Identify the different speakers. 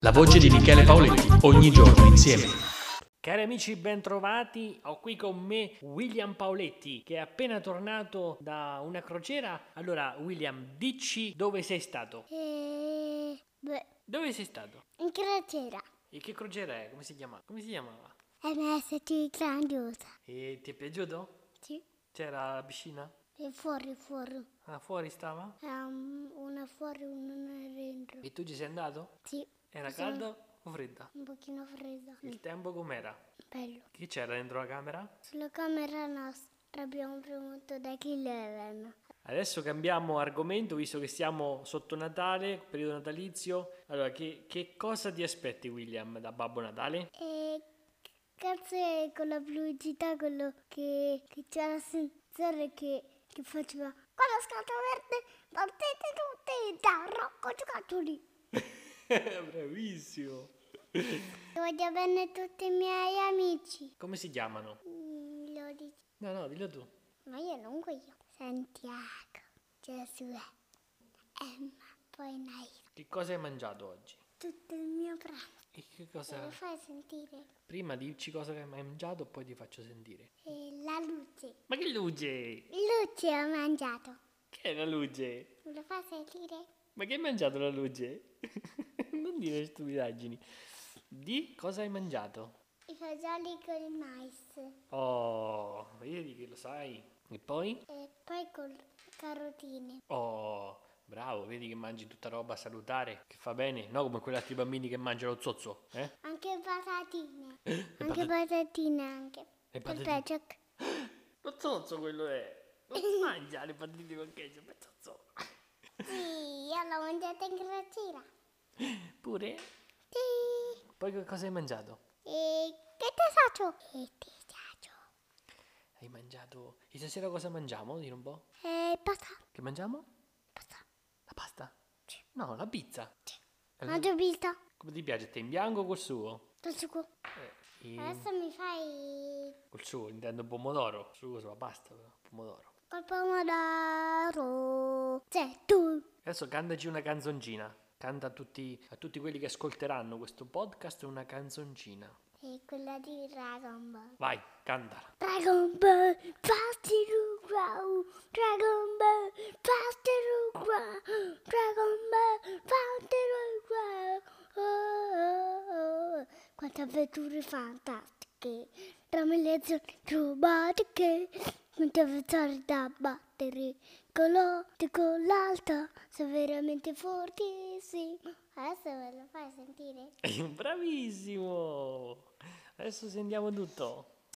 Speaker 1: La voce di Michele Paoletti, ogni giorno insieme.
Speaker 2: Cari amici, bentrovati. Ho qui con me William Paoletti che è appena tornato da una crociera. Allora, William, dici dove sei stato?
Speaker 3: Eh, beh,
Speaker 2: Dove sei stato?
Speaker 3: in crociera.
Speaker 2: E che crociera è? Come si chiama? Come si chiamava?
Speaker 3: MST grandiosa.
Speaker 2: E ti è piaciuto?
Speaker 3: Sì.
Speaker 2: C'era la piscina?
Speaker 3: E fuori, fuori.
Speaker 2: Ah, fuori stava?
Speaker 3: Ehm, una fuori, una dentro.
Speaker 2: E tu ci sei andato?
Speaker 3: Sì.
Speaker 2: Era
Speaker 3: Sì.
Speaker 2: caldo o fredda?
Speaker 3: Un pochino fredda.
Speaker 2: Il tempo com'era?
Speaker 3: Bello.
Speaker 2: Chi c'era dentro la camera?
Speaker 3: Sulla camera nostra abbiamo premuto da Kill Eleven.
Speaker 2: Adesso cambiamo argomento, visto che siamo sotto Natale, periodo natalizio. Allora, che, che cosa ti aspetti, William, da Babbo Natale?
Speaker 3: E cazzo è quella pubblicità, quello che, che c'era sensore che, che faceva... Con la scatola verde partite tutti da Rocco Giocattoli.
Speaker 2: Bravissimo!
Speaker 3: Voglio bene tutti i miei amici.
Speaker 2: Come si chiamano?
Speaker 3: Mm, Lo dici.
Speaker 2: No, no, dillo tu.
Speaker 3: Ma io non voglio. Santiago, Giosuè, Emma, poi Naira.
Speaker 2: Che cosa hai mangiato oggi?
Speaker 3: Tutto il mio pranzo.
Speaker 2: E che
Speaker 3: Se
Speaker 2: cosa...
Speaker 3: lo fai sentire?
Speaker 2: Prima dici cosa hai mangiato, poi ti faccio sentire.
Speaker 3: E eh, la luce.
Speaker 2: Ma che luce?
Speaker 3: Luce ho mangiato.
Speaker 2: Che è la luce?
Speaker 3: Me lo fai sentire?
Speaker 2: Ma che hai mangiato la luce? non dire stupidaggini. Di cosa hai mangiato?
Speaker 3: I fagioli con il mais.
Speaker 2: Oh, vedi che lo sai. E poi?
Speaker 3: E poi con carotine.
Speaker 2: Oh, bravo, vedi che mangi tutta roba salutare, che fa bene, no come quegli altri bambini che mangiano lo zozzo, eh?
Speaker 3: Anche patatine.
Speaker 2: patat-
Speaker 3: Anche patatine anche.
Speaker 2: Eh, E
Speaker 3: Col
Speaker 2: patatine.
Speaker 3: ketchup.
Speaker 2: Lo zozzo quello è. Non si mangia le patatine con ketchup, è zozzo.
Speaker 3: Sì, io l'ho mangiata in crociera.
Speaker 2: Pure?
Speaker 3: Sì.
Speaker 2: Poi che cosa hai mangiato?
Speaker 3: E che ti faccio? E ti faccio?
Speaker 2: Hai mangiato... E stasera cosa mangiamo? Dì un po'.
Speaker 3: E basta,
Speaker 2: Che mangiamo?
Speaker 3: basta.
Speaker 2: La pasta? No, la pizza. Allora-
Speaker 3: Mangio pizza,
Speaker 2: Come ti piace? Te in bianco o col suo?
Speaker 3: lo sugo.
Speaker 2: Eh, in-
Speaker 3: Adesso mi fai
Speaker 2: Col suo, intendo pomodoro. Sugo sulla pasta, però, pomodoro.
Speaker 3: col pomodoro. Cioè, tu.
Speaker 2: Adesso cantaci una canzoncina. Canta a tutti, a tutti quelli che ascolteranno questo podcast una canzoncina.
Speaker 3: E quella di Dragon Ball.
Speaker 2: Vai, cantala.
Speaker 3: Dragon Ball, fasti wow. Dragon Ball, fasti wow. Dragon Ball, fasti wow. Oh, oh, oh. Quante avventure fantastiche, tra mille zone rubatiche, quante avventure da battere, con l'otto e con l'alta, sei veramente fortissimo. Adesso ve lo fai sentire?
Speaker 2: Bravissimo! Adesso sentiamo tutto.